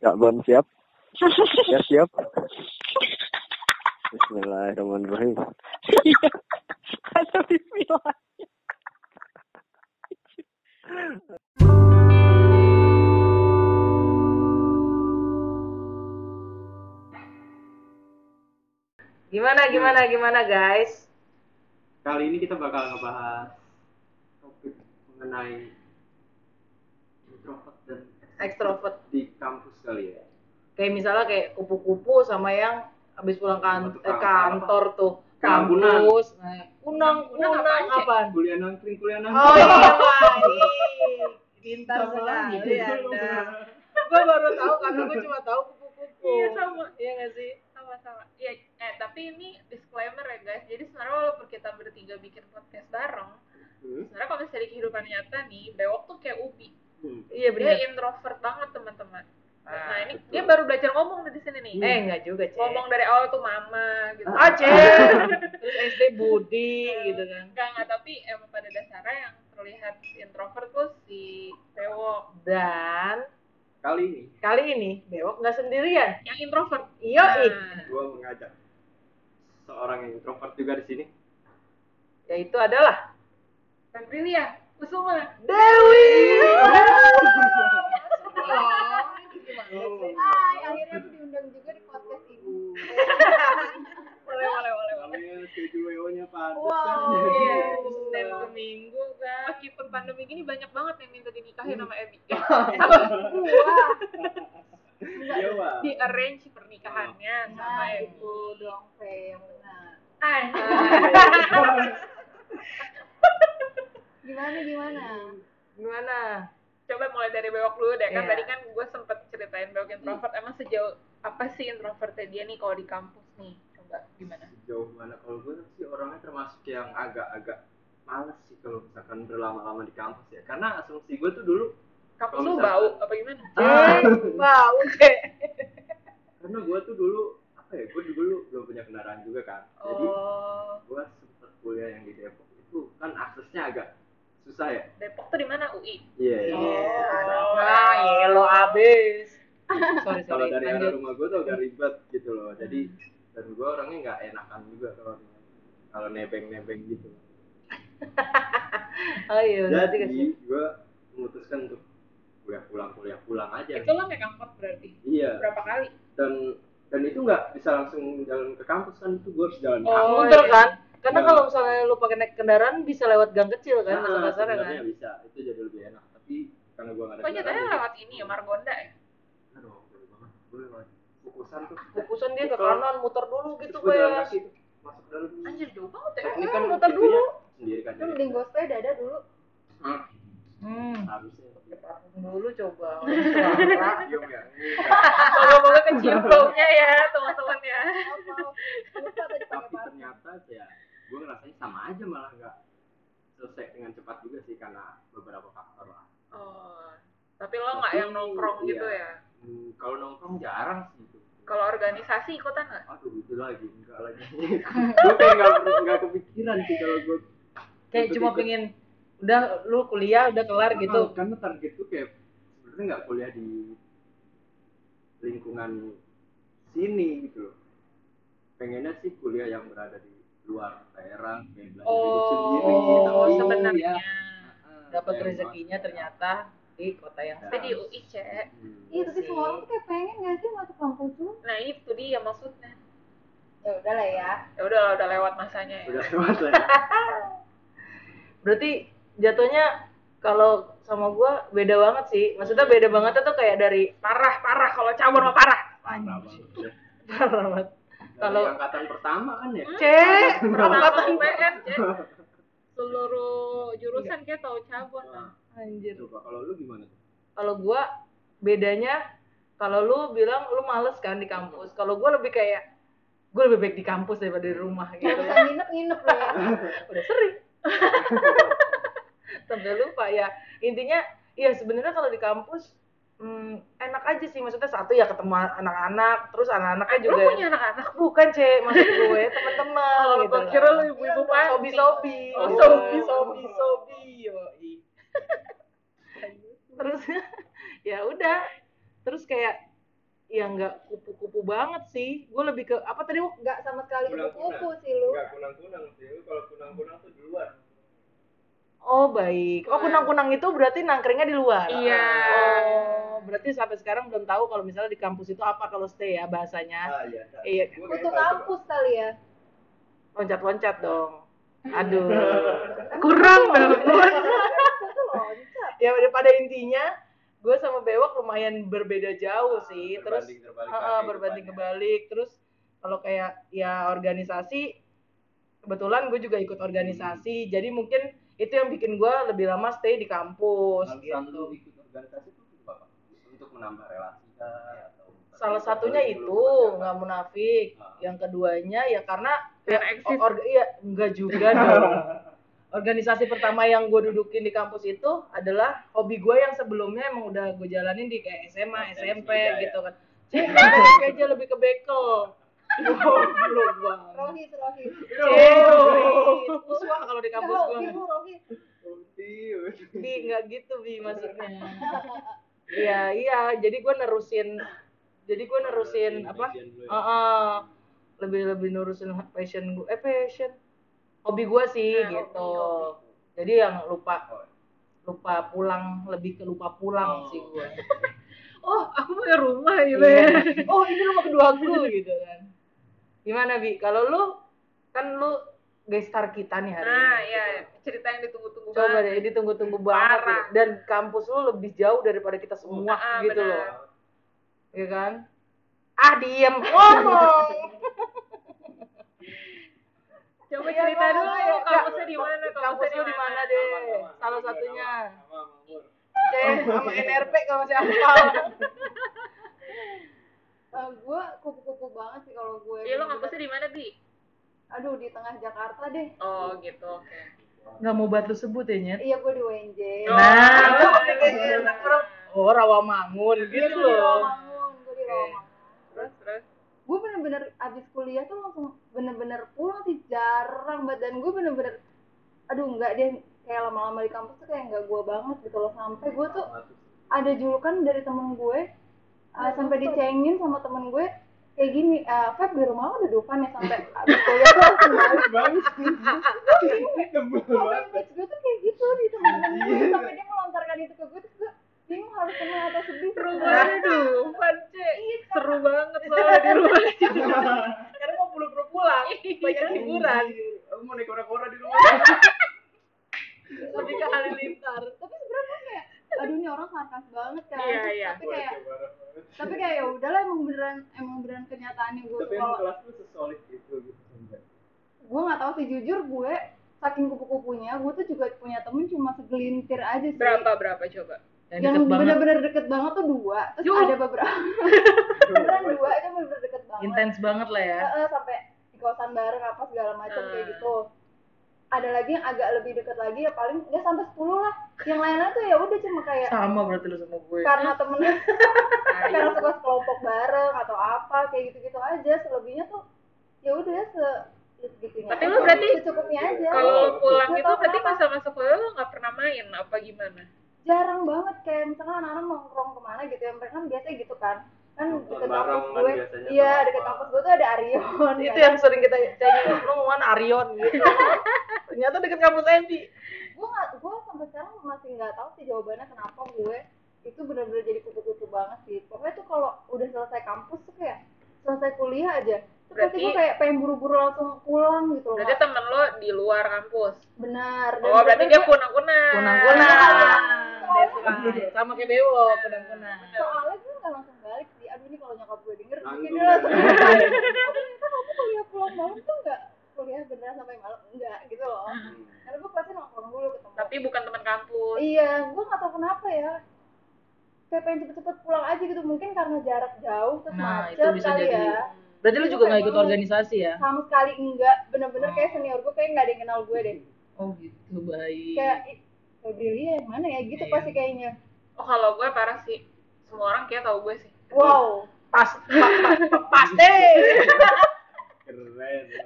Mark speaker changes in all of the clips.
Speaker 1: Kak Bon siap? Ya siap. Bismillahirrahmanirrahim.
Speaker 2: Iya. Ada bismillah.
Speaker 3: Gimana gimana gimana guys?
Speaker 4: Kali ini kita bakal ngebahas topik mengenai introvert dan
Speaker 3: Ekstrovert.
Speaker 4: di kampus kali ya.
Speaker 3: Kayak misalnya kayak kupu-kupu sama yang habis pulang kan-
Speaker 4: Atau
Speaker 3: eh,
Speaker 4: kantor.
Speaker 3: kantor tuh.
Speaker 4: Kampunan.
Speaker 3: Kampus. Nah, kunang, kunang, apaan?
Speaker 4: Kuliah nangkring, kuliah
Speaker 3: Oh
Speaker 4: nangkring.
Speaker 3: iya, Pak. Ih, pintar
Speaker 4: Sama
Speaker 3: sekali
Speaker 4: aja.
Speaker 3: Anda. Gue baru tahu karena gue cuma tahu kupu-kupu.
Speaker 2: Iya, sama.
Speaker 3: Iya nggak sih?
Speaker 2: Sama-sama. Ya, eh, tapi ini disclaimer ya guys. Jadi sebenarnya walaupun kita bertiga bikin podcast bareng,
Speaker 4: Hmm.
Speaker 2: sebenarnya kalau misalnya di kehidupan nyata nih, Bewok tuh kayak Ubi.
Speaker 4: Hmm.
Speaker 3: Iya
Speaker 2: Dia
Speaker 3: benar.
Speaker 2: introvert banget teman-teman. Nah ini
Speaker 4: betul.
Speaker 2: dia baru belajar ngomong dari sini nih.
Speaker 3: Eh enggak juga, Cek.
Speaker 2: iya. Ngomong dari awal tuh mama gitu. Iya,
Speaker 3: Ah, Cek. Terus SD Budi gitu kan.
Speaker 2: Enggak, enggak, tapi emang pada dasarnya yang terlihat introvert tuh si Bewok.
Speaker 3: Dan
Speaker 4: Kali ini
Speaker 3: kali ini Bewok nggak sendirian.
Speaker 2: Yang introvert.
Speaker 3: Iya,
Speaker 2: Nah,
Speaker 4: gue mengajak seorang yang introvert juga di sini.
Speaker 3: yaitu adalah
Speaker 2: Bukan Prilia, Kusuma.
Speaker 3: Dewi.
Speaker 5: Oh. Hai, akhirnya aku diundang juga di podcast ini.
Speaker 2: Boleh, boleh, boleh, boleh.
Speaker 4: Namanya schedule nya padat kan.
Speaker 5: Wow.
Speaker 2: Iya,
Speaker 3: ya,
Speaker 2: itu
Speaker 3: gitu.
Speaker 2: Senin ke Minggu kan. Meskipun pandemi gini banyak banget yang minta
Speaker 4: Hmm.
Speaker 2: dinikahin sama Ebi.
Speaker 5: Wah,
Speaker 4: Iya, Wak.
Speaker 2: Di arrange pernikahannya
Speaker 4: Oh.
Speaker 2: sama ya,
Speaker 5: nah
Speaker 2: Ebi. Nah,
Speaker 5: itu dong, Fe, yang benar.
Speaker 4: Iya.
Speaker 5: Gimana, gimana?
Speaker 3: Gimana?
Speaker 2: Coba mulai dari bewok dulu deh. Kan
Speaker 3: Iya.
Speaker 2: tadi kan gue sempet ceritain bewok introvert.
Speaker 4: Hmm.
Speaker 2: Emang sejauh apa sih introvertnya dia nih kalau di kampus nih? Coba gimana?
Speaker 4: Jauh mana kalau gue sih orangnya termasuk yang agak-agak males sih kalau misalkan berlama-lama di kampus ya. Karena asumsi gue tuh dulu
Speaker 2: Kampus
Speaker 4: Kalau
Speaker 2: lu
Speaker 4: misalkan-
Speaker 2: bau apa gimana?
Speaker 4: Ah.
Speaker 3: Wow, Eh, oke.
Speaker 4: karena gue tuh dulu apa ya gue dulu belum punya kendaraan juga kan jadi
Speaker 2: Oh,
Speaker 4: gue sempet kuliah yang di Depok itu kan aksesnya agak susah ya
Speaker 2: Depok tuh di mana? UI.
Speaker 4: iya Ah,
Speaker 2: Oh.
Speaker 3: Nah, yelo abis. Sorry,
Speaker 4: kalau
Speaker 3: sorry.
Speaker 4: dari arah
Speaker 3: Lanjut.
Speaker 4: rumah gue tuh agak ribet gitu loh jadi
Speaker 2: Hmm.
Speaker 4: dan gue orangnya nggak enakan juga kalau kalau nebeng-nebeng gitu
Speaker 3: Oh iya, berarti
Speaker 4: jadi
Speaker 3: ke sini.
Speaker 4: gue memutuskan untuk kuliah pulang kuliah pulang aja
Speaker 2: Itu lo naik angkot berarti.
Speaker 4: iya
Speaker 2: Berapa kali?
Speaker 4: dan dan itu nggak bisa langsung jalan ke kampus kan itu gue harus jalan
Speaker 2: Oh,
Speaker 4: kaki.
Speaker 3: Muter kan? Karena
Speaker 4: Iya.
Speaker 3: kalau misalnya lu pakai naik kendaraan bisa lewat gang kecil kan,
Speaker 4: Nah,
Speaker 3: pasar pasar kan.
Speaker 4: sebenarnya bisa itu jadi lebih enak tapi karena gue nggak ada
Speaker 2: Kok jatuhnya
Speaker 4: kendaraan,
Speaker 2: lewat ini ya, Margonda ya?
Speaker 4: jadi- aduh boleh banget boleh banget kukusan tuh
Speaker 3: Fokusan dia ke
Speaker 4: Betul.
Speaker 3: kanan, muter dulu gitu
Speaker 4: Terus gua jalan
Speaker 3: kayak.
Speaker 4: kaki tuh, masuk ke dalam
Speaker 2: Anjir, jauh banget ya.
Speaker 4: teknik
Speaker 3: iya,
Speaker 4: kan
Speaker 3: muter
Speaker 4: pintunya
Speaker 3: dulu.
Speaker 4: sendiri kan
Speaker 5: Lu
Speaker 4: jadi "Ah,
Speaker 5: mending gue sepeda ada dulu.
Speaker 4: Hah,
Speaker 3: Hmm.
Speaker 4: harusnya
Speaker 3: Dulu coba. Suara.
Speaker 4: Iya, iya.
Speaker 2: Moga-moga kecium baunya ya, teman-teman ya.
Speaker 5: Maaf, maaf. Lupa tadi
Speaker 4: tapi
Speaker 5: pakai parfum.
Speaker 4: ternyata ya gue ngerasanya sama aja malah nggak selesai dengan cepat juga sih karena beberapa faktor lah
Speaker 2: Oh, tapi lo nggak yang nongkrong
Speaker 4: Iya.
Speaker 2: gitu ya?
Speaker 4: Hmm, kalau nongkrong jarang sih itu
Speaker 2: Kalau organisasi ikutan nggak?
Speaker 4: aduh itu lagi enggak lagi gue kayak nggak nggak kepikiran sih kalau gue
Speaker 3: Kayak cuma pengen udah lu kuliah udah kelar gitu.
Speaker 4: karena target tuh kan kayak sebenarnya nggak kuliah di lingkungan sini gitu loh pengennya sih kuliah yang berada di luar daerah kayak belajar hidup sendiri
Speaker 3: Oh, Iya.
Speaker 2: Oh,
Speaker 4: tapi
Speaker 2: sebenarnya.
Speaker 4: ya, eh,
Speaker 3: Dapat
Speaker 4: kayak
Speaker 3: rezekinya
Speaker 4: emang-
Speaker 3: ternyata di kota yang
Speaker 2: Tapi di UI, Cek.
Speaker 4: ya. Hmm.
Speaker 5: Iya, tapi semua orang tuh kayak pengen nggak sih masuk kampus lu?
Speaker 2: Nah, itu dia maksudnya.
Speaker 5: Ya udah lah ya.
Speaker 2: Ya udah lah, udah lewat masanya ya.
Speaker 4: udah lewat lah ya.
Speaker 3: berarti jatuhnya kalau sama gua beda banget sih maksudnya beda banget tuh kayak dari
Speaker 2: Parah, parah. Kalau cabur mah parah.
Speaker 4: parah banget ya.
Speaker 3: parah banget
Speaker 4: Dari
Speaker 3: Kalau-
Speaker 4: angkatan pertama kan ya
Speaker 3: cek
Speaker 2: Pertama
Speaker 3: angkatan
Speaker 2: UPN, Cek. Seluruh jurusan
Speaker 3: Iya.
Speaker 2: kayak tahu cabur.
Speaker 4: Nah,
Speaker 3: anjir
Speaker 4: coba kalau lu gimana tuh
Speaker 3: kalau gua bedanya kalau lu bilang lu males kan di kampus kalau gua lebih kayak gua lebih baik di kampus daripada di rumah
Speaker 5: Nggak
Speaker 3: gitu
Speaker 5: bisa nginep-nginep lu ya.
Speaker 3: udah sering sampai lupa ya intinya ya sebenarnya kalau di kampus hmm, enak aja sih maksudnya satu ya ketemu anak-anak terus anak-anaknya
Speaker 2: Lo
Speaker 3: juga
Speaker 2: Eh, punya anak-anak?
Speaker 3: bukan cek maksud gue teman-teman
Speaker 2: Kalau
Speaker 3: gitu Iya.
Speaker 2: gue Oh, kira
Speaker 3: lah.
Speaker 2: lo ibu-ibu panti.
Speaker 3: sobi sobi
Speaker 2: Oh,
Speaker 3: sobi
Speaker 2: sobi.
Speaker 3: sobi sobi yoi. terus ya udah terus kayak ya nggak kupu-kupu banget sih gue lebih ke apa tadi Wak?
Speaker 5: nggak sama sekali
Speaker 4: Pulang-pulang.
Speaker 5: kupu-kupu sih lu
Speaker 4: Enggak kunang-kunang sih. Lu Kalau kunang-kunang tuh di luar.
Speaker 3: oh baik oh kunang-kunang itu berarti nangkringnya di luar
Speaker 2: Iya.
Speaker 3: oh berarti sampai sekarang belum tahu kalau misalnya di kampus itu apa kalau stay ya bahasanya
Speaker 4: Ah iya. dah.
Speaker 3: iya
Speaker 4: Gua kayak
Speaker 5: kutu
Speaker 4: tahu.
Speaker 5: kampus kali ya
Speaker 3: loncat-loncat dong
Speaker 2: Iya.
Speaker 3: aduh kurang banget
Speaker 5: kutu loncat
Speaker 3: ya udah pada intinya gue sama Bewok lumayan berbeda jauh sih terus
Speaker 4: Ah, Berbanding terbalik.
Speaker 3: Heeh,
Speaker 4: kan,
Speaker 3: berbanding
Speaker 4: kehidupannya.
Speaker 3: kebalik terus kalau kayak ya organisasi kebetulan gue juga ikut organisasi jadi mungkin itu yang bikin gue lebih lama stay di kampus
Speaker 4: Alasan
Speaker 3: gitu.
Speaker 4: lu ikut organisasi itu untuk apa? Untuk menambah relasi kah? Atau
Speaker 3: salah satunya itu nggak munafik
Speaker 4: Ah.
Speaker 3: yang keduanya ya karena ya,
Speaker 2: Karena eksis.
Speaker 3: or- iya nggak juga dong organisasi pertama yang gue dudukin di kampus itu adalah hobi gue yang sebelumnya emang udah gue jalanin di kayak
Speaker 4: Mas,
Speaker 3: SMA SMP
Speaker 4: tenis meja,
Speaker 3: gitu kan Cek, balik aja lebih ke bekel Goblok banget.
Speaker 5: rohis rohis
Speaker 3: Eh, musuh kalau di kampus
Speaker 5: Kalau
Speaker 3: gue.
Speaker 5: biru rohis
Speaker 3: Bi, nggak gitu Bi maksudnya. Iya, iya. Jadi gue nerusin, jadi gue nerusin apa? Heeh. lebih lebih nerusin passion gue, eh passion, hobi gue sih
Speaker 2: Nah,
Speaker 3: gitu.
Speaker 2: hobi,
Speaker 3: Jadi yang lupa lupa pulang lebih ke lupa pulang
Speaker 4: Oh.
Speaker 3: sih gue.
Speaker 2: Oh, aku punya rumah gitu
Speaker 3: Iya.
Speaker 2: ya.
Speaker 3: Oh ini rumah kedua aku gitu kan. Gimana Bi? Kalau lu kan lu gestar kita nih hari
Speaker 2: Nah,
Speaker 3: ini. gitu.
Speaker 2: ya cerita yang ditunggu-tunggu
Speaker 3: Coba deh,
Speaker 2: banget. Ah,
Speaker 3: ini tunggu-tunggu banget.
Speaker 2: Parah.
Speaker 3: gitu. Dan kampus lu lebih jauh daripada kita semua
Speaker 2: Ah,
Speaker 3: gitu
Speaker 2: benar.
Speaker 3: loh. Iya kan? Ah, diem. Ngomong.
Speaker 2: Coba
Speaker 3: Iya,
Speaker 2: cerita
Speaker 3: Bang.
Speaker 2: dulu
Speaker 3: Iya,
Speaker 2: lu kampusnya di mana?
Speaker 3: kampus lu di mana Iya, deh? Salah satunya. C sama NRP kalau masih apa?
Speaker 5: Eh, gue kupu-kupu banget sih kalau gue
Speaker 2: Iya, lu kampusnya di mana, Bi?
Speaker 5: aduh di tengah Jakarta deh
Speaker 2: Oh, gitu. Oke.
Speaker 3: Gak mau batu sebut ya, Nyet.
Speaker 5: iya gue di WNJ
Speaker 3: Nah, lu
Speaker 2: Oh, iya.
Speaker 3: kayaknya enak orang. Oh, Rawamangun
Speaker 5: Iya,
Speaker 3: gitu
Speaker 5: gue di
Speaker 3: loh.
Speaker 5: Rawamangun gue di Rawamangun
Speaker 2: Terus terus.
Speaker 5: gue bener-bener abis kuliah tuh langsung bener-bener pulang sih jarang badan gue bener-bener aduh enggak deh kayak lama-lama di kampus tuh kayak enggak gue banget gitu loh sampai gue tuh ada julukan dari temen gue
Speaker 2: Iya,
Speaker 5: uh, sampai dicengin sama temen gue kayak gini eh Feb di rumah lo dudukan ya sampai abis kuliah tuh langsung balik Sampai bitch gue tuh kayak gitu di temen-temen gue
Speaker 2: Iya.
Speaker 5: sampai dia melontarkan itu ke gue terus gue bingung harus seneng atau sedih
Speaker 2: Rumahnya dulu, Pance. Seru banget soalnya di rumah.
Speaker 3: Karena mau buru-buru pulang,
Speaker 2: Iya.
Speaker 3: banyak hiburan.
Speaker 4: Aku mau naik kora-kora di rumah.
Speaker 3: Lebih ke halilintar.
Speaker 5: tapi sebenarnya gue kayak aduh ini orang sarkas banget kan
Speaker 2: Iya, iya.
Speaker 5: tapi kayak tapi kayak ya udahlah emang beneran emang beneran kenyataannya gue
Speaker 4: Tapi
Speaker 5: tuh
Speaker 4: emang
Speaker 5: kalau
Speaker 4: kelas lu sesolid itu gitu.
Speaker 5: gue nggak tahu sih jujur gue saking kupu-kupunya gue tuh juga punya temen cuma segelintir aja sih
Speaker 2: Berapa berapa coba?
Speaker 3: Dan
Speaker 5: yang
Speaker 3: deket banget,
Speaker 5: bener-bener deket banget tuh dua terus
Speaker 3: Yuh.
Speaker 5: ada beberapa beneran dua itu bener-bener deket banget
Speaker 3: intens banget lah ya.
Speaker 5: Heeh, sampai di kosan bareng apa segala macam kayak
Speaker 2: Hmm.
Speaker 5: gitu ada lagi yang agak lebih deket lagi ya paling nggak sampai 10 lah yang lain-lain tuh ya udah cuma kayak
Speaker 3: Sama berarti lu sama gue.
Speaker 5: karena temennya karena
Speaker 2: Ayo.
Speaker 5: suka kelompok bareng atau apa kayak gitu-gitu aja selebihnya tuh ya udah se segitunya
Speaker 2: Tapi
Speaker 5: aja,
Speaker 2: lu berarti
Speaker 5: secukupnya
Speaker 3: Oh,
Speaker 5: aja
Speaker 2: Kalau lu pulang
Speaker 5: Nggak
Speaker 2: itu
Speaker 5: tahu
Speaker 2: berarti
Speaker 5: kenapa.
Speaker 2: masa-masa kuliah lu nggak pernah main apa gimana?
Speaker 5: jarang banget kayak misalnya anak-anak nongkrong kemana gitu ya mereka kan biasanya gitu kan kan
Speaker 4: Nongkrong
Speaker 5: deket
Speaker 4: bareng
Speaker 5: kampus
Speaker 4: kan
Speaker 5: gue
Speaker 4: biasanya
Speaker 5: iya
Speaker 4: tuh
Speaker 5: deket
Speaker 4: apa.
Speaker 5: kampus gue tuh ada Arion
Speaker 3: itu
Speaker 5: ya
Speaker 3: yang sering kita cengin lu mau mana Arion gitu ternyata deket kampus Endi
Speaker 5: gue nggak gue sampai sekarang masih nggak tahu sih jawabannya kenapa gue itu benar-benar jadi kupu-kupu banget sih pokoknya tuh kalau udah selesai kampus tuh kayak selesai kuliah aja terus pasti
Speaker 2: Berarti-
Speaker 5: gue kayak pengen buru-buru langsung pulang gitu loh
Speaker 2: Berarti
Speaker 5: Kak.
Speaker 2: temen lo di luar kampus.
Speaker 5: benar dan
Speaker 2: Oh, berarti dia
Speaker 5: benar-benar
Speaker 2: kunang-kunang. Iya.
Speaker 3: kunang-kunang
Speaker 5: That's right.
Speaker 3: sama kayak Bewo kunang-kunang
Speaker 5: gue- soalnya gue nggak langsung balik sih aduh ini kalau nyokap gue denger mungkin
Speaker 4: Nanggung.
Speaker 5: dia langsung Aduh, ternyata kamu kuliah pulang malam tuh nggak kuliah beneran sampai malam enggak gitu loh karena gue pasti nongkrong dulu ketemu
Speaker 2: Hmm. Tapi bukan teman kampus.
Speaker 5: Iya, gue gak tau kenapa ya. Kayak pengen cepet-cepet pulang aja gitu. Mungkin karena jarak jauh, terus
Speaker 3: Nah,
Speaker 5: macet
Speaker 3: itu bisa
Speaker 5: kali
Speaker 3: jadi.
Speaker 5: ya.
Speaker 3: berarti lu juga nggak ikut organisasi ya
Speaker 5: Sama sekali enggak. Bener-bener kayak senior gue kayak gak ada yang kenal gue deh.
Speaker 3: oh gitu baik
Speaker 5: Kayak, "Ih, Gabrilia yang mana ya? Gitu
Speaker 3: Iya.
Speaker 5: pasti kayaknya.
Speaker 2: Oh, kalau gue parah sih. Semua orang kayak tahu gue sih.
Speaker 5: Wow.
Speaker 3: pas pa- pa- pa- pasti
Speaker 4: Keren.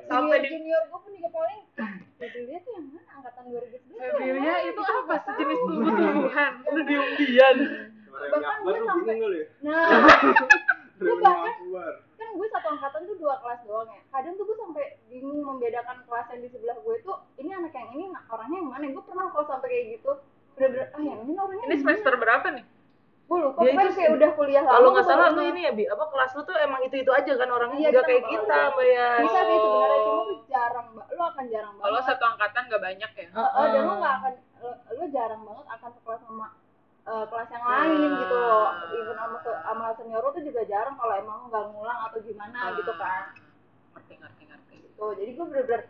Speaker 3: Sampai
Speaker 5: Senior
Speaker 3: di-
Speaker 5: junior gue pun juga paling, "Ah, Gabrilia tuh yang mana? Angkatan 2019.
Speaker 2: Sebenarnya Oh, itu
Speaker 5: Gitu.
Speaker 2: apa sejenis tumbuh-tumbuhan?
Speaker 3: lu diumbian
Speaker 4: Bahkan gue
Speaker 5: gue sampai-
Speaker 4: bingung kali ya.
Speaker 5: Nah, gue Kan ya. nah, gitu, "Ah, pokoknya
Speaker 3: Ya, itu
Speaker 5: kayak
Speaker 3: sih.
Speaker 5: udah kuliah lama
Speaker 3: kalau nggak
Speaker 5: baru
Speaker 3: salah
Speaker 5: nge-
Speaker 3: lu ini ya bi apa kelas lu tuh emang itu itu aja kan orangnya
Speaker 5: Iya,
Speaker 3: nggak
Speaker 5: kita
Speaker 3: kayak
Speaker 5: nggak
Speaker 3: kita
Speaker 5: tahu.
Speaker 3: mbak ya
Speaker 5: bisa sih sebenarnya cuma tuh jarang mbak lo akan jarang banget
Speaker 2: Kalau satu angkatan nggak banyak ya.
Speaker 3: Heeh.
Speaker 5: Heeh, dan lo Oh, nggak akan lo, lo jarang banget akan sekelas sama eh, kelas yang lain gitu loh
Speaker 3: Nah.
Speaker 5: even sama sama senior lo tuh juga jarang kalau emang lo nggak ngulang atau gimana
Speaker 3: Nah.
Speaker 2: Ah,
Speaker 5: gitu kan
Speaker 2: Ngerti ngerti ngerti.
Speaker 5: gitu jadi gue bener-bener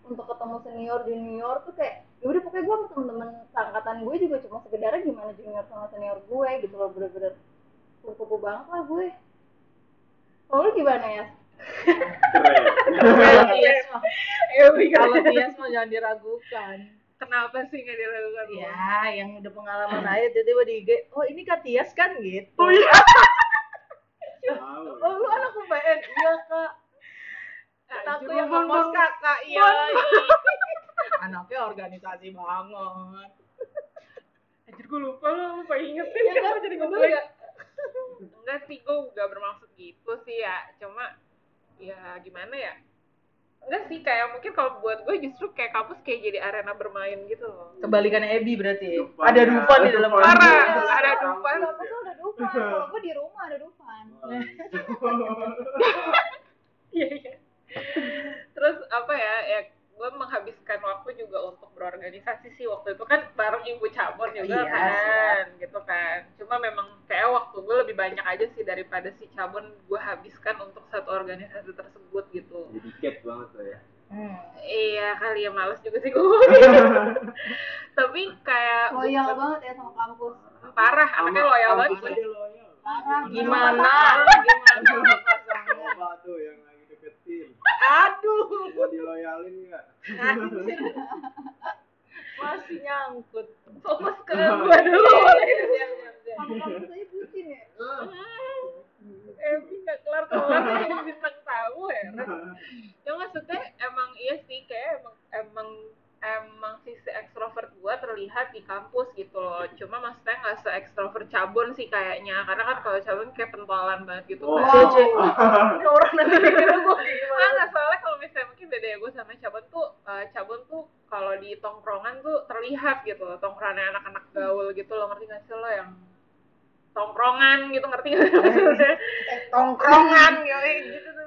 Speaker 5: untuk ketemu senior junior tuh kayak ya udah pokoknya gue sama temen-temen seangkatan gue juga cuma sekedarnya gimana junior sama senior gue gitu loh bener-bener kupu-kupu banget lah gue kalau lu gimana ya
Speaker 4: Keren.
Speaker 3: Kalau Tias mah-
Speaker 2: Ya, Bi,
Speaker 3: kalau
Speaker 2: kalau-
Speaker 3: Tias mah jangan diragukan
Speaker 2: Kenapa sih nggak dilakukan?
Speaker 3: ya yang udah pengalaman aja tiba-tiba di IG oh ini kak Tias kan gitu
Speaker 4: Tahu.
Speaker 3: oh lu anak UPN iya kak
Speaker 2: Nah,
Speaker 3: Aku yang ngepost
Speaker 2: kakak
Speaker 3: iya anaknya organisasi banget
Speaker 2: Anjir gue lupa lo lupa ingetin kenapa jadi ngeblank Enggak sih gue nggak bermaksud gitu sih ya Cuma ya gimana ya Enggak sih kayak mungkin kalau buat gue justru kayak kampus kayak jadi arena bermain gitu loh
Speaker 3: kebalikannya Ebi berarti
Speaker 4: Dufan
Speaker 3: ada
Speaker 4: ya,
Speaker 3: Dufan di dalam
Speaker 4: Dufan.
Speaker 3: kamar.
Speaker 2: Parah,
Speaker 5: Iya.
Speaker 2: Ah, ada Dufan.
Speaker 5: Kalau aku tuh ada Dufan, kalau gue di rumah ada Dufan.
Speaker 2: Iya iya Terus apa ya ya gue menghabiskan waktu juga untuk berorganisasi sih waktu itu kan bareng ibu cabur
Speaker 3: Iya,
Speaker 2: juga kan gitu kan cuma memang kayak waktu gue lebih banyak aja sih daripada si cabun gue habiskan untuk satu organisasi tersebut gitu
Speaker 4: Jadi cap banget tuh ya.
Speaker 3: Hmm.
Speaker 2: Iya kali ya males juga sih gue Tapi kayak
Speaker 5: Loyal banget ya sama kampus.
Speaker 2: parah anaknya loyal banget
Speaker 4: Sama- sama dia loyal.
Speaker 5: Parah.
Speaker 3: gimana gimana pasangan
Speaker 4: Apa tuh yang lagi deketin?
Speaker 3: aduh
Speaker 4: Mau diloyalin nggak?
Speaker 3: anjir masih nyangkut
Speaker 2: fokus ke gue dulu
Speaker 5: Sama kampus aja bucin ya.
Speaker 2: Evi gak kelar-kelar yang bintang tamu heran Ya maksudnya emang iya sih kayak emang emang emang sisi ekstrovert gua terlihat di kampus gitu loh cuma maksudnya nggak se ekstrovert cabun sih kayaknya karena kan kalau cabun kayak pentolan banget gitu
Speaker 4: Oh.
Speaker 2: kan.
Speaker 3: Wow. ini orang nanti kira gue
Speaker 2: Nah,
Speaker 3: gimana
Speaker 2: nggak soalnya kalau misalnya mungkin beda ya gue sama Cabon tuh eh, Cabon tuh kalau di tongkrongan tuh terlihat gitu loh tongkrongan anak-anak
Speaker 3: Hmm.
Speaker 2: gaul gitu loh ngerti gak sih lo yang tongkrongan gitu ngerti gak sih
Speaker 3: Iya.
Speaker 2: maksudnya?
Speaker 3: tongkrongan gitu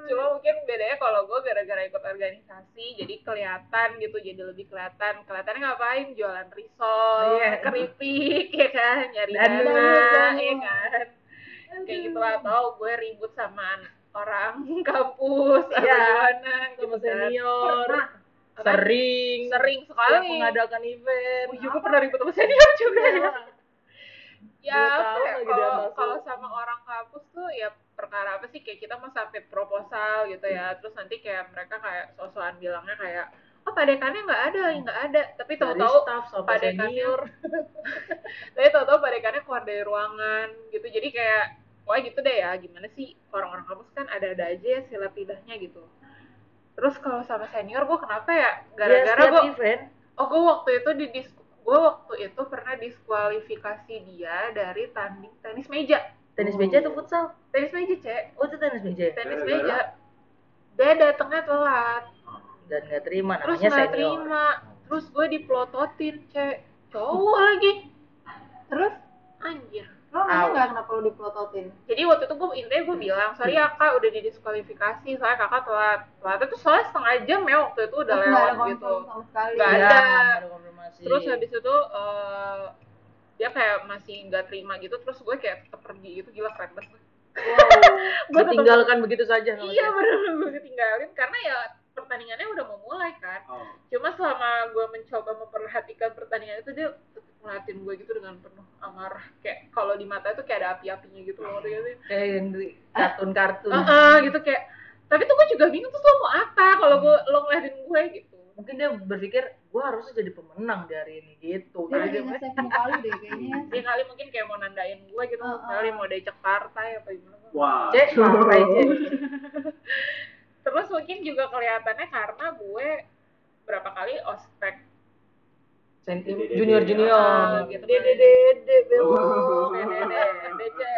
Speaker 2: cuma mungkin bedanya kalau gue gara-gara ikut organisasi jadi kelihatan gitu jadi lebih kelihatan kelihatannya ngapain jualan risol
Speaker 3: Iya.
Speaker 2: keripik ya kan nyari
Speaker 3: Danur,
Speaker 2: dana
Speaker 5: danur.
Speaker 2: ya kan kayak gitu lah atau gue ribut sama orang kampus atau
Speaker 3: Iya.
Speaker 2: gimana gitu
Speaker 3: sama
Speaker 2: kan.
Speaker 3: senior
Speaker 2: Pernah.
Speaker 3: sering
Speaker 2: sering
Speaker 3: yang
Speaker 2: sekali
Speaker 3: mengadakan event Iya.
Speaker 2: Wih, juga pernah ribut sama senior juga ya ya
Speaker 3: Dua
Speaker 2: apa
Speaker 3: tahun Iya,
Speaker 2: ya,
Speaker 3: lagi di
Speaker 2: kalau
Speaker 3: atas lu.
Speaker 2: kalau sama orang kampus tuh ya perkara apa sih kayak kita mau submit proposal gitu
Speaker 3: Hmm.
Speaker 2: ya terus nanti kayak mereka kayak sosokan bilangnya kayak oh padekannya nggak ada nggak ada tapi
Speaker 3: Dari
Speaker 2: tahu-tahu
Speaker 3: staff sampai
Speaker 2: padekannya
Speaker 3: senior Iya,
Speaker 2: tapi tahu-tahu padekannya keluar dari ruangan gitu jadi kayak wah gitu deh ya gimana sih orang-orang kampus kan ada-ada aja ya sila pindahnya gitu terus kalau sama senior gue kenapa ya gara-gara
Speaker 3: Iya,
Speaker 2: gue
Speaker 3: setiap event
Speaker 2: Oh, gue waktu itu di gue waktu itu pernah diskualifikasi dia dari tanding tenis meja.
Speaker 3: tenis meja atau futsal
Speaker 2: Tenis meja, Cek.
Speaker 3: oh itu tenis meja ya?
Speaker 2: Tenis
Speaker 4: Gara-gara?
Speaker 2: meja. Dia datangnya telat,
Speaker 3: dan nggak terima namanya
Speaker 2: terus nggak
Speaker 3: senior
Speaker 2: terima. Terus gue diplototin, Cek. Cowok lagi.
Speaker 5: Terus
Speaker 2: Anjir.
Speaker 5: lo nanya nggak kenapa lo diplototin?
Speaker 2: Jadi waktu itu gue intinya gue bilang, sorry ya kak udah didiskualifikasi, soalnya kakak telat. Telat itu soalnya setengah jam ya waktu itu udah
Speaker 5: Terus nggak
Speaker 2: lewat
Speaker 5: ada
Speaker 2: gitu.
Speaker 5: konfirm sama sekali.
Speaker 2: Nggak
Speaker 3: Iya,
Speaker 2: ada.
Speaker 3: nggak ada konfirmasi
Speaker 2: terus habis itu eh, dia kayak masih nggak terima gitu terus gue kayak tetap pergi gitu gila keren banget Gua tetep-
Speaker 3: ditinggalkan begitu saja sama
Speaker 2: iya
Speaker 3: dia.
Speaker 2: bener gue ditinggalin karena ya pertandingannya udah mau mulai kan
Speaker 4: Oh,
Speaker 2: cuma selama gue mencoba memperhatikan pertandingan itu dia tetap ngeliatin gue gitu dengan penuh amarah kayak kalau di mata itu kayak ada api-apinya gitu
Speaker 3: Ah.
Speaker 2: loh gitu
Speaker 3: kayak yang di kartun-kartun
Speaker 2: gitu kayak tapi tuh gue juga bingung terus lo mau apa kalau gue lo ngeliatin gue gitu
Speaker 3: mungkin dia berpikir gue harusnya jadi pemenang di hari ini
Speaker 2: Iya,
Speaker 3: gitu
Speaker 5: Dia
Speaker 3: Jadi
Speaker 5: lagi
Speaker 3: dia-
Speaker 5: nge-save muka lo deh kayaknya.
Speaker 2: dia kali mungkin kayak mau nandain gue gitu
Speaker 5: Oh, oh.
Speaker 2: kali mau diajak partai apa gimana
Speaker 4: wah.
Speaker 3: cek santai cek
Speaker 2: terus mungkin juga kelihatannya karena gue berapa kali ospek
Speaker 3: Senti-
Speaker 4: Dede-dede.
Speaker 2: Ah,
Speaker 3: junior-junior
Speaker 2: gitu kan.
Speaker 3: Iya. dede
Speaker 4: Oh.
Speaker 2: Dede, dede.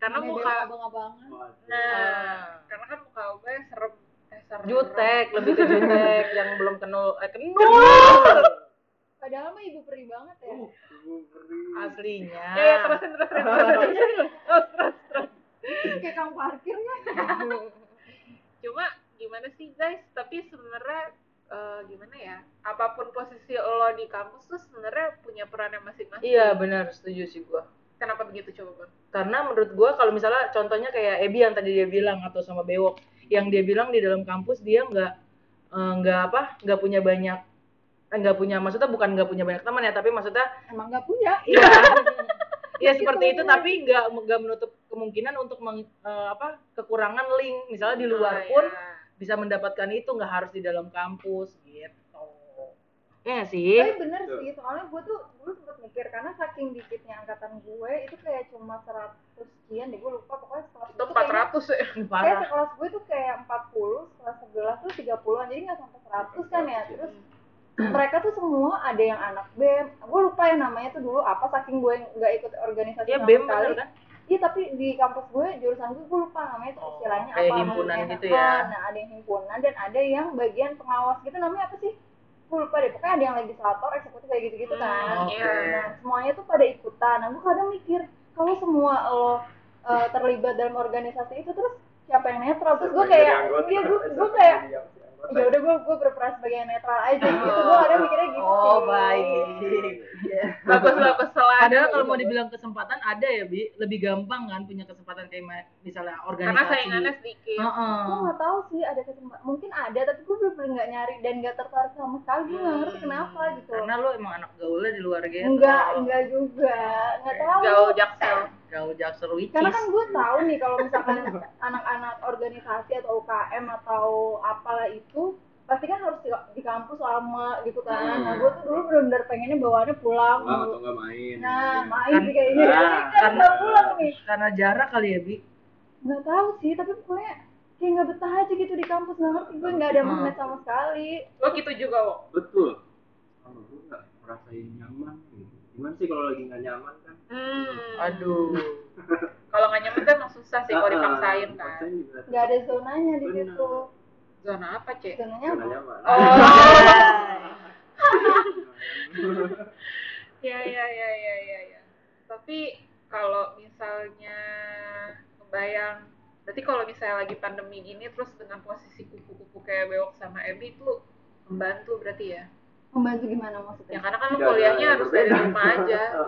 Speaker 2: karena
Speaker 5: Dede
Speaker 2: muka
Speaker 5: abang-abangan.
Speaker 4: Wah,
Speaker 2: nah karena kan muka gue serem eh, serem
Speaker 3: jutek lebih ke jutek yang belum kenal eh kenal
Speaker 5: Gak Padahal mah ibu peri banget ya.
Speaker 4: Uh, ibu beri.
Speaker 3: aslinya
Speaker 2: Ya, ya, terusin, terusin, terusin, terusin, terus, terus, terus.
Speaker 5: Kayak kang parkirnya.
Speaker 2: Cuma gimana sih guys? Tapi sebenarnya eh, gimana ya? Apapun posisi lo di kampus tuh sebenarnya punya perannya masing-masing.
Speaker 3: iya benar setuju sih gua
Speaker 2: Kenapa begitu coba bang?
Speaker 3: karena menurut gua kalau misalnya contohnya kayak Ebi yang tadi dia bilang atau sama Bewok yang dia bilang di dalam kampus dia nggak eh, nggak apa nggak punya banyak eh, nggak punya maksudnya bukan nggak punya banyak teman ya tapi maksudnya
Speaker 5: Emang nggak punya.
Speaker 3: Iya. ya
Speaker 5: Gitu
Speaker 3: seperti itu
Speaker 5: aja.
Speaker 3: tapi nggak nggak menutup kemungkinan untuk meng- eh, apa kekurangan link misalnya di luar
Speaker 2: Oh,
Speaker 3: pun
Speaker 2: ya.
Speaker 3: bisa mendapatkan itu nggak harus di dalam kampus gitu Iya nggak sih
Speaker 5: Tapi bener
Speaker 4: Betul.
Speaker 5: sih, soalnya gue tuh dulu sempet mikir karena saking dikitnya angkatan gue itu kayak cuma 100 sekian deh, gue lupa pokoknya sekelas
Speaker 2: Itu
Speaker 5: gue tuh kayaknya-
Speaker 2: 400 ya.
Speaker 3: Ih,
Speaker 5: kayak
Speaker 3: parah
Speaker 5: sekelas gue tuh kayak 40, sekelas 11 tuh 30-an, jadi nggak sampai 100 kan ya. Terus mereka tuh semua ada yang anak BEM, gue lupa ya namanya tuh dulu apa saking gue nggak ikut organisasi
Speaker 3: ya
Speaker 5: sama
Speaker 3: bem
Speaker 5: sekali.
Speaker 3: bener kan
Speaker 5: Iya tapi di kampus gue jurusan gue gue lupa namanya tuh
Speaker 3: Oh,
Speaker 5: istilahnya
Speaker 3: kayak
Speaker 5: apa
Speaker 3: himpunan
Speaker 5: namanya.
Speaker 3: gitu ya.
Speaker 5: Ah, Nah ada yang himpunan dan ada yang bagian pengawas gitu namanya apa sih? Gue lupa deh. Pokoknya ada yang legislator, eksekutif kayak gitu-gitu kan.
Speaker 2: Hmm, iya.
Speaker 5: Nah semuanya tuh pada ikutan. Nah gue kadang mikir kalau semua lo eh, terlibat dalam organisasi itu terus siapa yang netral? Terus gue kayak iya gue gue kayak ya udah gue gue berperan sebagai yang netral aja gitu. Gue kadang mikirnya gitu.
Speaker 3: oh
Speaker 5: sih.
Speaker 3: baik
Speaker 2: Bagus bagus selalu.
Speaker 3: Padahal kalau
Speaker 2: iya.
Speaker 3: mau dibilang kesempatan ada ya bi lebih gampang kan punya kesempatan kayak ma- misalnya organisasi
Speaker 2: karena saingannya sedikit.
Speaker 3: Heeh.
Speaker 5: gue nggak tahu sih ada kesempatan mungkin ada tapi gue belum bener nggak nyari dan nggak tertarik sama sekali gue nggak ngerti kenapa gitu
Speaker 3: karena lu emang anak gaulnya di luar gitu
Speaker 5: enggak enggak juga nggak tahu
Speaker 2: Gaul jaksel.
Speaker 3: gaul jaksel wikis
Speaker 5: karena kan gue tahu nih kalau misalkan anak-anak organisasi atau UKM atau apalah itu pasti kan harus di, di kampus lama gitu kan
Speaker 3: Hmm.
Speaker 5: nah gue tuh dulu bener-bener pengennya bawaannya pulang
Speaker 4: Pulang atau nggak main?
Speaker 5: nah
Speaker 4: Iya.
Speaker 5: main sih kayaknya
Speaker 3: Nah,
Speaker 5: kan
Speaker 3: kan-
Speaker 5: nggak pulang nih
Speaker 3: karena jarak kali ya bi
Speaker 5: nggak tahu sih tapi pokoknya kayak nggak betah aja gitu di kampus nggak ngerti gue nggak ada
Speaker 3: Hmm.
Speaker 5: magnet sama sekali
Speaker 2: Lo gitu juga, Wok.
Speaker 4: Betul. Kalau gue nggak merasain nyaman. gitu. Gimana sih kalau lagi nggak nyaman kan?
Speaker 2: Hmm.
Speaker 3: aduh
Speaker 2: Kalau nggak nyaman kan emang susah sih kalau
Speaker 4: Ah, ah,
Speaker 2: dipaksain kan.
Speaker 4: dipaksain juga.
Speaker 5: nggak ada zonanya di
Speaker 4: Bener.
Speaker 5: situ
Speaker 2: Zona apa, Cek?
Speaker 5: zonanya
Speaker 4: Nggak
Speaker 5: apa?
Speaker 4: nyaman.
Speaker 2: Ya ya ya ya ya ya. Tapi kalau misalnya kebayang berarti kalau misalnya lagi pandemi gini terus dengan posisi kupu-kupu kayak Bewok sama Ebi itu membantu berarti ya.
Speaker 5: membantu gimana
Speaker 2: Ya
Speaker 5: maksudnya
Speaker 2: karena kan lo
Speaker 4: Tidak ada
Speaker 2: kuliahnya
Speaker 4: yang
Speaker 2: harus dari
Speaker 4: berbeda.
Speaker 2: rumah aja gitu.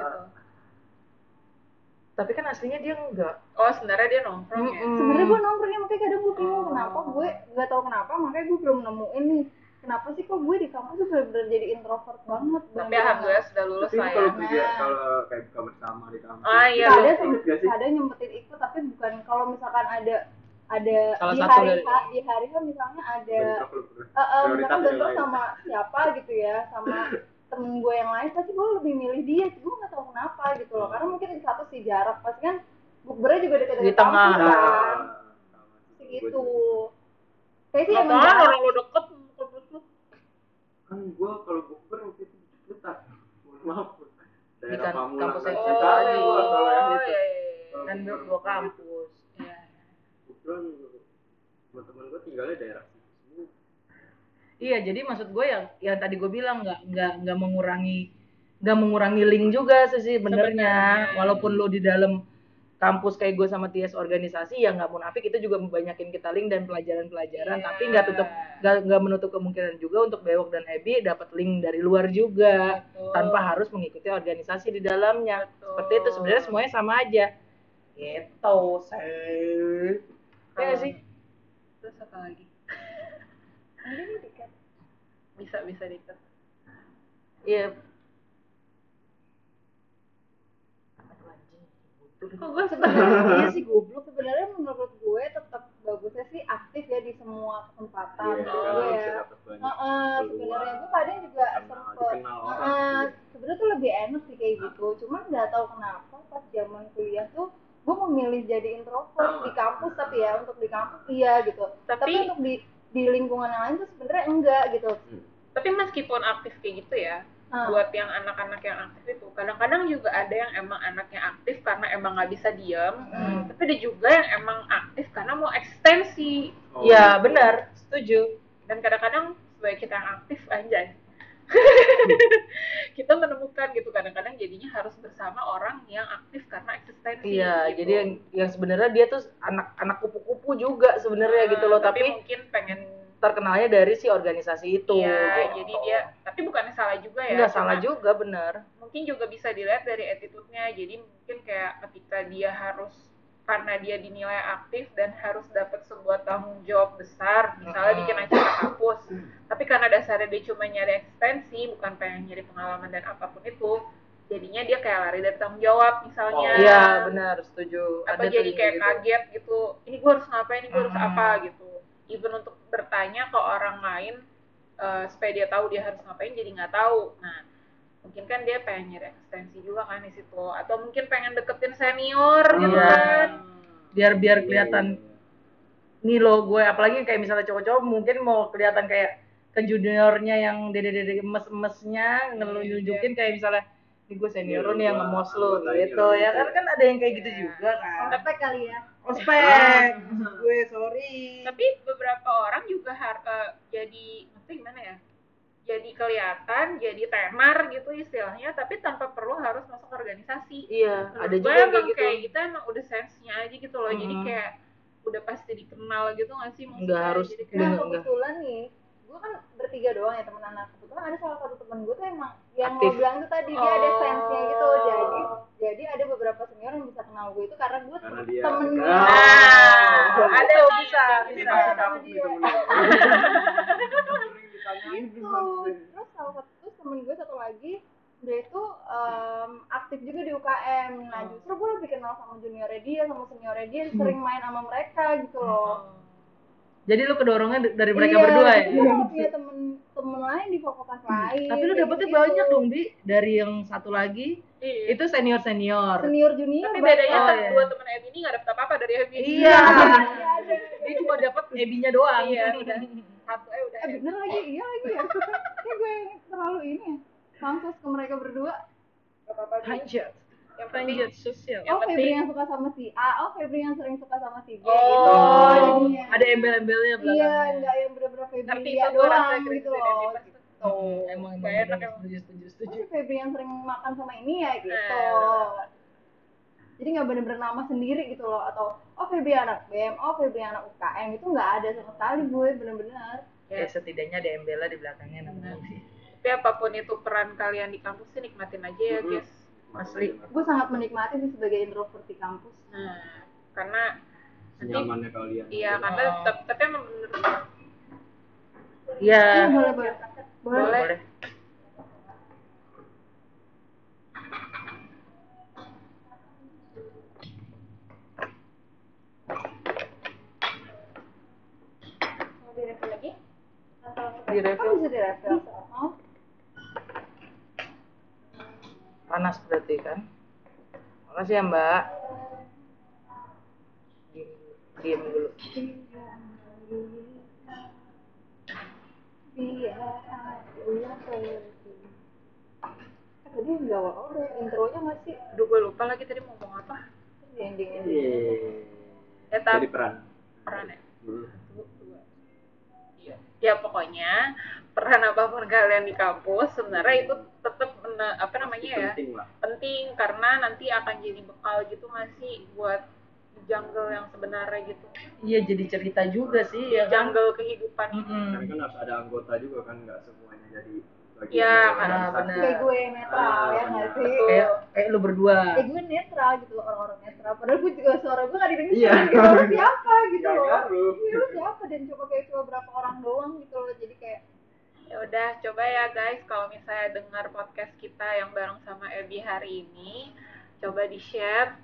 Speaker 3: tapi kan aslinya dia enggak
Speaker 2: Oh, sebenarnya dia nongkrong ya.
Speaker 3: Mm-mm.
Speaker 5: sebenarnya gue nongkrongnya makanya kadang gue bingung
Speaker 3: Oh.
Speaker 5: kenapa gue nggak tahu kenapa makanya gue belum nemuin nih kenapa sih kok gue di kampus tuh bener-bener jadi introvert banget
Speaker 2: Tapi
Speaker 5: bener-bener.
Speaker 2: alhamdulillah sudah lulus
Speaker 4: Tapi
Speaker 2: lah ya.
Speaker 4: kalau kerja, kalau kayak buka bersama di kampus.
Speaker 2: Ah, iya.
Speaker 5: Nggak ada
Speaker 4: Lu inget nggak sih?
Speaker 5: ada nyempetin ikut tapi bukan kalau misalkan ada ada
Speaker 3: Salah
Speaker 5: di
Speaker 3: satu
Speaker 5: hari
Speaker 3: dari-
Speaker 5: H di hari H misalnya ada
Speaker 4: Bentrok lu pernah.
Speaker 5: eh, eh, misalkan
Speaker 4: prioritas
Speaker 5: bentrok
Speaker 4: yang lain.
Speaker 5: sama siapa gitu ya sama temen gue yang lain pasti gue lebih milih dia gue nggak tahu kenapa gitu loh karena mungkin yang satu sih jarak pasti kan bukbernya juga
Speaker 3: Di
Speaker 5: deket-deket
Speaker 3: tengah.
Speaker 5: kampus kan.
Speaker 4: Iya, sama.
Speaker 5: gitu kayak sih
Speaker 2: Nggak
Speaker 5: emang
Speaker 2: tahu,
Speaker 5: jarang.
Speaker 2: orang lo deket kampus lo.
Speaker 4: Kan gua kalau bukber waktu itu betah. Mohon Maaf. Daerah
Speaker 3: kan-
Speaker 4: Pamulang
Speaker 3: kampus
Speaker 4: kan
Speaker 3: yang
Speaker 4: saya
Speaker 3: kita
Speaker 4: tahu
Speaker 3: ada,
Speaker 4: gua kalau yang
Speaker 2: Oh,
Speaker 4: itu.
Speaker 2: iya,
Speaker 4: Kalau
Speaker 3: kan dia
Speaker 4: bukber-
Speaker 3: dua kampus
Speaker 2: iya.
Speaker 4: Kebetulan teman-teman gua tinggalnya daerah situ semua.
Speaker 3: iya jadi maksud gue yang yang tadi gue bilang nggak nggak nggak mengurangi nggak mengurangi link juga sih sih benernya
Speaker 2: Sebenarnya.
Speaker 3: walaupun lo di dalam kampus kayak gue sama Tias organisasi ya nggak munafik itu juga membanyakin kita link dan pelajaran-pelajaran
Speaker 2: Iya.
Speaker 3: tapi nggak tutup nggak nggak menutup kemungkinan juga untuk Bewok dan Ebi dapat link dari luar juga
Speaker 2: Betul.
Speaker 3: tanpa harus mengikuti organisasi di dalamnya seperti itu sebenarnya semuanya sama aja gitu sih Iya nggak sih
Speaker 2: Terus apa lagi?
Speaker 5: Mungkin ini tiket.
Speaker 2: Bisa bisa diket.
Speaker 3: iya
Speaker 2: Kok gue
Speaker 5: sebenarnya iya sih goblok sebenarnya menurut gue tetap bagusnya sih aktif ya di semua kesempatan
Speaker 4: Iya,
Speaker 5: gitu
Speaker 4: kan
Speaker 5: gue
Speaker 4: bisa
Speaker 5: ya
Speaker 4: dapet banyak
Speaker 5: Heeh, sebenarnya gue kadang juga
Speaker 4: kenal,
Speaker 5: sempet Eh,
Speaker 4: dikenal orang.
Speaker 5: Heeh, Ah, sebenarnya tuh lebih enak sih kayak gitu cuman nggak tahu kenapa pas zaman kuliah tuh gue memilih jadi introvert di kampus tapi ya untuk di kampus iya gitu tapi,
Speaker 2: Tapi-
Speaker 5: untuk di di lingkungan yang lain tuh sebenarnya enggak gitu
Speaker 2: Tapi meskipun aktif kayak gitu ya,
Speaker 3: Ah.
Speaker 5: Nah,
Speaker 2: buat yang anak-anak yang aktif itu, kadang-kadang juga ada yang emang anaknya aktif karena emang nggak bisa diem,
Speaker 3: Hmm.
Speaker 2: tapi ada juga yang emang aktif karena mau ekstensi.
Speaker 4: Oh,
Speaker 3: Iya
Speaker 4: gitu.
Speaker 3: benar, setuju.
Speaker 2: Dan kadang-kadang sebagai kita yang aktif aja, kita menemukan gitu kadang-kadang jadinya harus bersama orang yang aktif karena eksistensi
Speaker 3: Iya,
Speaker 2: gitu.
Speaker 3: jadi yang yang sebenarnya dia tuh anak anak kupu-kupu juga
Speaker 2: Ah,
Speaker 3: sebenarnya gitu loh, tapi,
Speaker 2: mungkin pengen
Speaker 3: terkenalnya dari si organisasi itu.
Speaker 2: Iya,
Speaker 3: gitu.
Speaker 2: jadi dia tapi bukannya salah juga ya
Speaker 3: nggak
Speaker 2: cuma
Speaker 3: salah juga bener.
Speaker 2: mungkin juga bisa dilihat dari attitude-nya jadi mungkin kayak ketika dia harus karena dia dinilai aktif dan harus dapat sebuah tanggung jawab besar misalnya bikin acara kampus tapi karena dasarnya dia cuma nyari eksistensi bukan pengen nyari pengalaman dan apapun itu jadinya dia kayak lari dari tanggung jawab misalnya
Speaker 4: Oh,
Speaker 3: Iya benar setuju.
Speaker 2: apa
Speaker 3: Ada tuh
Speaker 2: jadi
Speaker 3: yang
Speaker 2: kayak
Speaker 3: gitu. Ah.
Speaker 2: kaget gitu ini gue harus ngapain ini gue harus
Speaker 3: Mm-mm.
Speaker 2: apa gitu even untuk bertanya ke orang lain eh, supaya dia tahu dia harus ngapain jadi nggak tahu nah mungkin kan dia pengen nyari eksistensi juga kan di situ atau mungkin pengen deketin senior gitu
Speaker 3: Iya.
Speaker 2: kan
Speaker 3: biar biar
Speaker 4: Iya,
Speaker 3: kelihatan nih loh gue apalagi kayak misalnya cowok-cowok mungkin mau kelihatan kayak ke juniornya yang dede-dede
Speaker 2: Iya,
Speaker 3: emes-emesnya ngelunjukin kayak misalnya nih gue senior lu nih yang ngemos lu
Speaker 4: Anggotanya
Speaker 3: gitu ya kan
Speaker 4: gitu.
Speaker 3: kan ada yang kayak gitu
Speaker 2: Iya. Ah.
Speaker 3: juga kan
Speaker 5: Kontak kali ya.
Speaker 3: ospek gue sorry
Speaker 2: tapi beberapa orang juga har- eh, jadi maksudnya gimana ya jadi kelihatan jadi tenar gitu istilahnya tapi tanpa perlu harus masuk organisasi
Speaker 3: iya ada
Speaker 2: Menurut
Speaker 3: juga
Speaker 2: gue
Speaker 3: yang
Speaker 2: emang
Speaker 3: kayak gitu
Speaker 2: kayak kita emang udah sense-nya aja gitu loh jadi
Speaker 3: Mm-mm.
Speaker 2: kayak udah pasti dikenal gitu nggak sih maksudnya
Speaker 3: Nggak harus
Speaker 2: jadi kayak
Speaker 5: Nah,
Speaker 3: Enggak, enggak.
Speaker 5: kebetulan nih, gue kan bertiga doang ya temen anak. Kebetulan ada salah satu temen gue tuh emang yang
Speaker 3: Aktif.
Speaker 5: lo bilang tuh tadi dia ada
Speaker 2: Oh.
Speaker 5: sense-nya gitu. Jadi jadi ada beberapa senior yang bisa kenal gue itu karena gue
Speaker 4: Karena dia-
Speaker 5: temennya.
Speaker 2: Ah, Nah, ada
Speaker 3: Bisa,
Speaker 2: bisa,
Speaker 3: bisa.
Speaker 2: bisa.
Speaker 5: Iya,
Speaker 4: Takut
Speaker 5: sama
Speaker 4: nih
Speaker 3: gitu
Speaker 5: dia.
Speaker 4: temen-temen. Sering ditanyain
Speaker 5: Gitu.
Speaker 3: Iya.
Speaker 4: maksudnya.
Speaker 5: Terus salah satu terus temen gue satu lagi dia itu em, aktif juga di UKM. Nah
Speaker 3: Hmm.
Speaker 5: justru gue lebih kenal sama juniornya dia, sama seniornya dia, sering main sama mereka gitu loh.
Speaker 3: jadi lu kedorongnya d- Hmm. dari mereka
Speaker 5: Iya,
Speaker 3: berdua ya Hmm.
Speaker 5: jadi gue kalau punya temen-temen lain di fakultas
Speaker 3: tapi
Speaker 5: lain.
Speaker 3: lu
Speaker 5: kayak gitu.
Speaker 3: dapetnya
Speaker 5: gitu-gitu.
Speaker 3: banyak dong bi dari yang satu lagi
Speaker 2: Iya.
Speaker 3: itu senior senior
Speaker 5: Senior junior.
Speaker 2: tapi
Speaker 5: bahkan.
Speaker 2: bedanya
Speaker 3: Oh,
Speaker 2: kan
Speaker 3: iya.
Speaker 2: dua temen Ebi ini nggak dapet apa-apa dari Ebi
Speaker 3: Iya.
Speaker 5: Iya, ada.
Speaker 3: dia cuma dapat ebinya doang
Speaker 2: Iya, udah. satu eh udah
Speaker 5: Eh
Speaker 2: Ebi.
Speaker 5: bener lagi, iya lagi ya. Kayak gue yang terlalu ini ya. Pansos ke mereka berdua.
Speaker 2: Nggak apa-apa Bi.
Speaker 3: Lanjut.
Speaker 2: yang penting
Speaker 3: Lanjut sosial.
Speaker 2: Yang
Speaker 5: oh Febri
Speaker 2: penting-
Speaker 5: yang suka sama si A, oh Febri yang sering suka sama si B.
Speaker 2: Oh,
Speaker 5: jadinya.
Speaker 3: iya. ada gitu. embel-embelnya
Speaker 5: Iya,
Speaker 3: belakangnya.
Speaker 5: enggak yang bener-bener Febri
Speaker 2: ngerti
Speaker 3: Iya
Speaker 5: ya
Speaker 2: itu gue rasa
Speaker 5: doang gitu
Speaker 2: gitu
Speaker 5: loh.
Speaker 3: Hmm, emang emang
Speaker 2: Kayak enak
Speaker 3: bener.
Speaker 2: emang.
Speaker 3: setuju setuju
Speaker 5: Oh,
Speaker 3: setuju.
Speaker 5: si Febri yang sering makan sama ini ya gitu.
Speaker 2: Nah.
Speaker 5: Jadi nggak bener-bener nama sendiri gitu loh atau oh Febri anak BM, oh Febri anak UKM itu nggak ada sama sekali gue bener-bener.
Speaker 3: Ya
Speaker 2: Iya.
Speaker 3: setidaknya ada embelnya di belakangnya namanya sih.
Speaker 2: tapi apapun itu peran kalian di kampus sih nikmatin aja ya
Speaker 4: Mm-mm.
Speaker 2: guys
Speaker 3: Asli.
Speaker 5: Gue sangat menikmati sih sebagai introvert di kampus.
Speaker 2: nah karena nanti
Speaker 4: Senyamannya kalian.
Speaker 2: iya karena tetap tapi emang bener
Speaker 3: Iya.
Speaker 5: Iya, boleh boleh. Boleh.
Speaker 2: Boleh.
Speaker 3: Di
Speaker 5: Oh,
Speaker 3: review
Speaker 5: bisa direfil. Oh,
Speaker 3: panas berarti kan. Makasih ya Mbak. Diem, diem dulu.
Speaker 5: biar aku yang penting. Eh, Tadi nggak udah intronya nggak sih?
Speaker 2: aduh gue lupa lagi tadi mau ngomong apa
Speaker 5: Di ending ending.
Speaker 4: Yeay.
Speaker 2: Ya,
Speaker 4: Iya. Jadi
Speaker 2: tapi-
Speaker 4: peran.
Speaker 2: perannya
Speaker 4: Dulu.
Speaker 2: ya? Iya. ya pokoknya peran apapun kalian di kampus sebenarnya itu tetap mene- apa namanya ya
Speaker 4: Penting lah.
Speaker 2: penting karena nanti akan jadi bekal gitu masih buat jungle yang sebenarnya gitu
Speaker 3: Iya jadi cerita juga sih ya kan.
Speaker 2: jungle kehidupan gitu.
Speaker 4: Karena
Speaker 3: Mm-mm.
Speaker 4: kan harus ada anggota juga kan, nggak semuanya jadi bagian
Speaker 2: Iya,
Speaker 4: dari
Speaker 3: karena
Speaker 4: organisasi.
Speaker 3: benar.
Speaker 5: Kayak gue netral ya nggak sih?
Speaker 4: Iya.
Speaker 3: Kayak kayak lu berdua.
Speaker 5: Kayak gue netral gitu loh, orang-orang netral. Padahal gue juga suara gue nggak didengar.
Speaker 4: Iya.
Speaker 5: Gitu, lu siapa gitu
Speaker 4: Nggak
Speaker 5: loh?
Speaker 4: ngaruh.
Speaker 5: Iya, lu siapa dan coba kayak cuma berapa orang doang gitu loh. Jadi kayak
Speaker 2: ya udah coba ya guys kalau misalnya dengar podcast kita yang bareng sama Ebi hari ini coba di share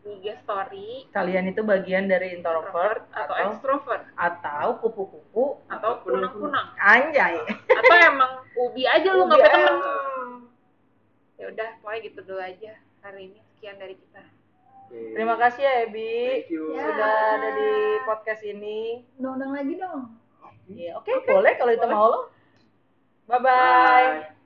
Speaker 2: di IG story
Speaker 3: Kalian itu bagian dari introvert
Speaker 2: introvert atau extrovert
Speaker 3: atau kupu-kupu
Speaker 2: atau kunang-kunang
Speaker 3: anjay.
Speaker 2: atau emang ubi aja lu nggak ketemu ya udah pokoknya gitu dulu aja hari ini sekian dari kita
Speaker 4: Oke.
Speaker 3: Terima kasih Iya. ya Ebi
Speaker 4: Thank you.
Speaker 5: Ya.
Speaker 3: sudah ada di podcast ini. Ya,
Speaker 5: undang-undang lagi dong.
Speaker 3: Iya, oke boleh kalau itu mau lo. Bye bye.
Speaker 4: Bye.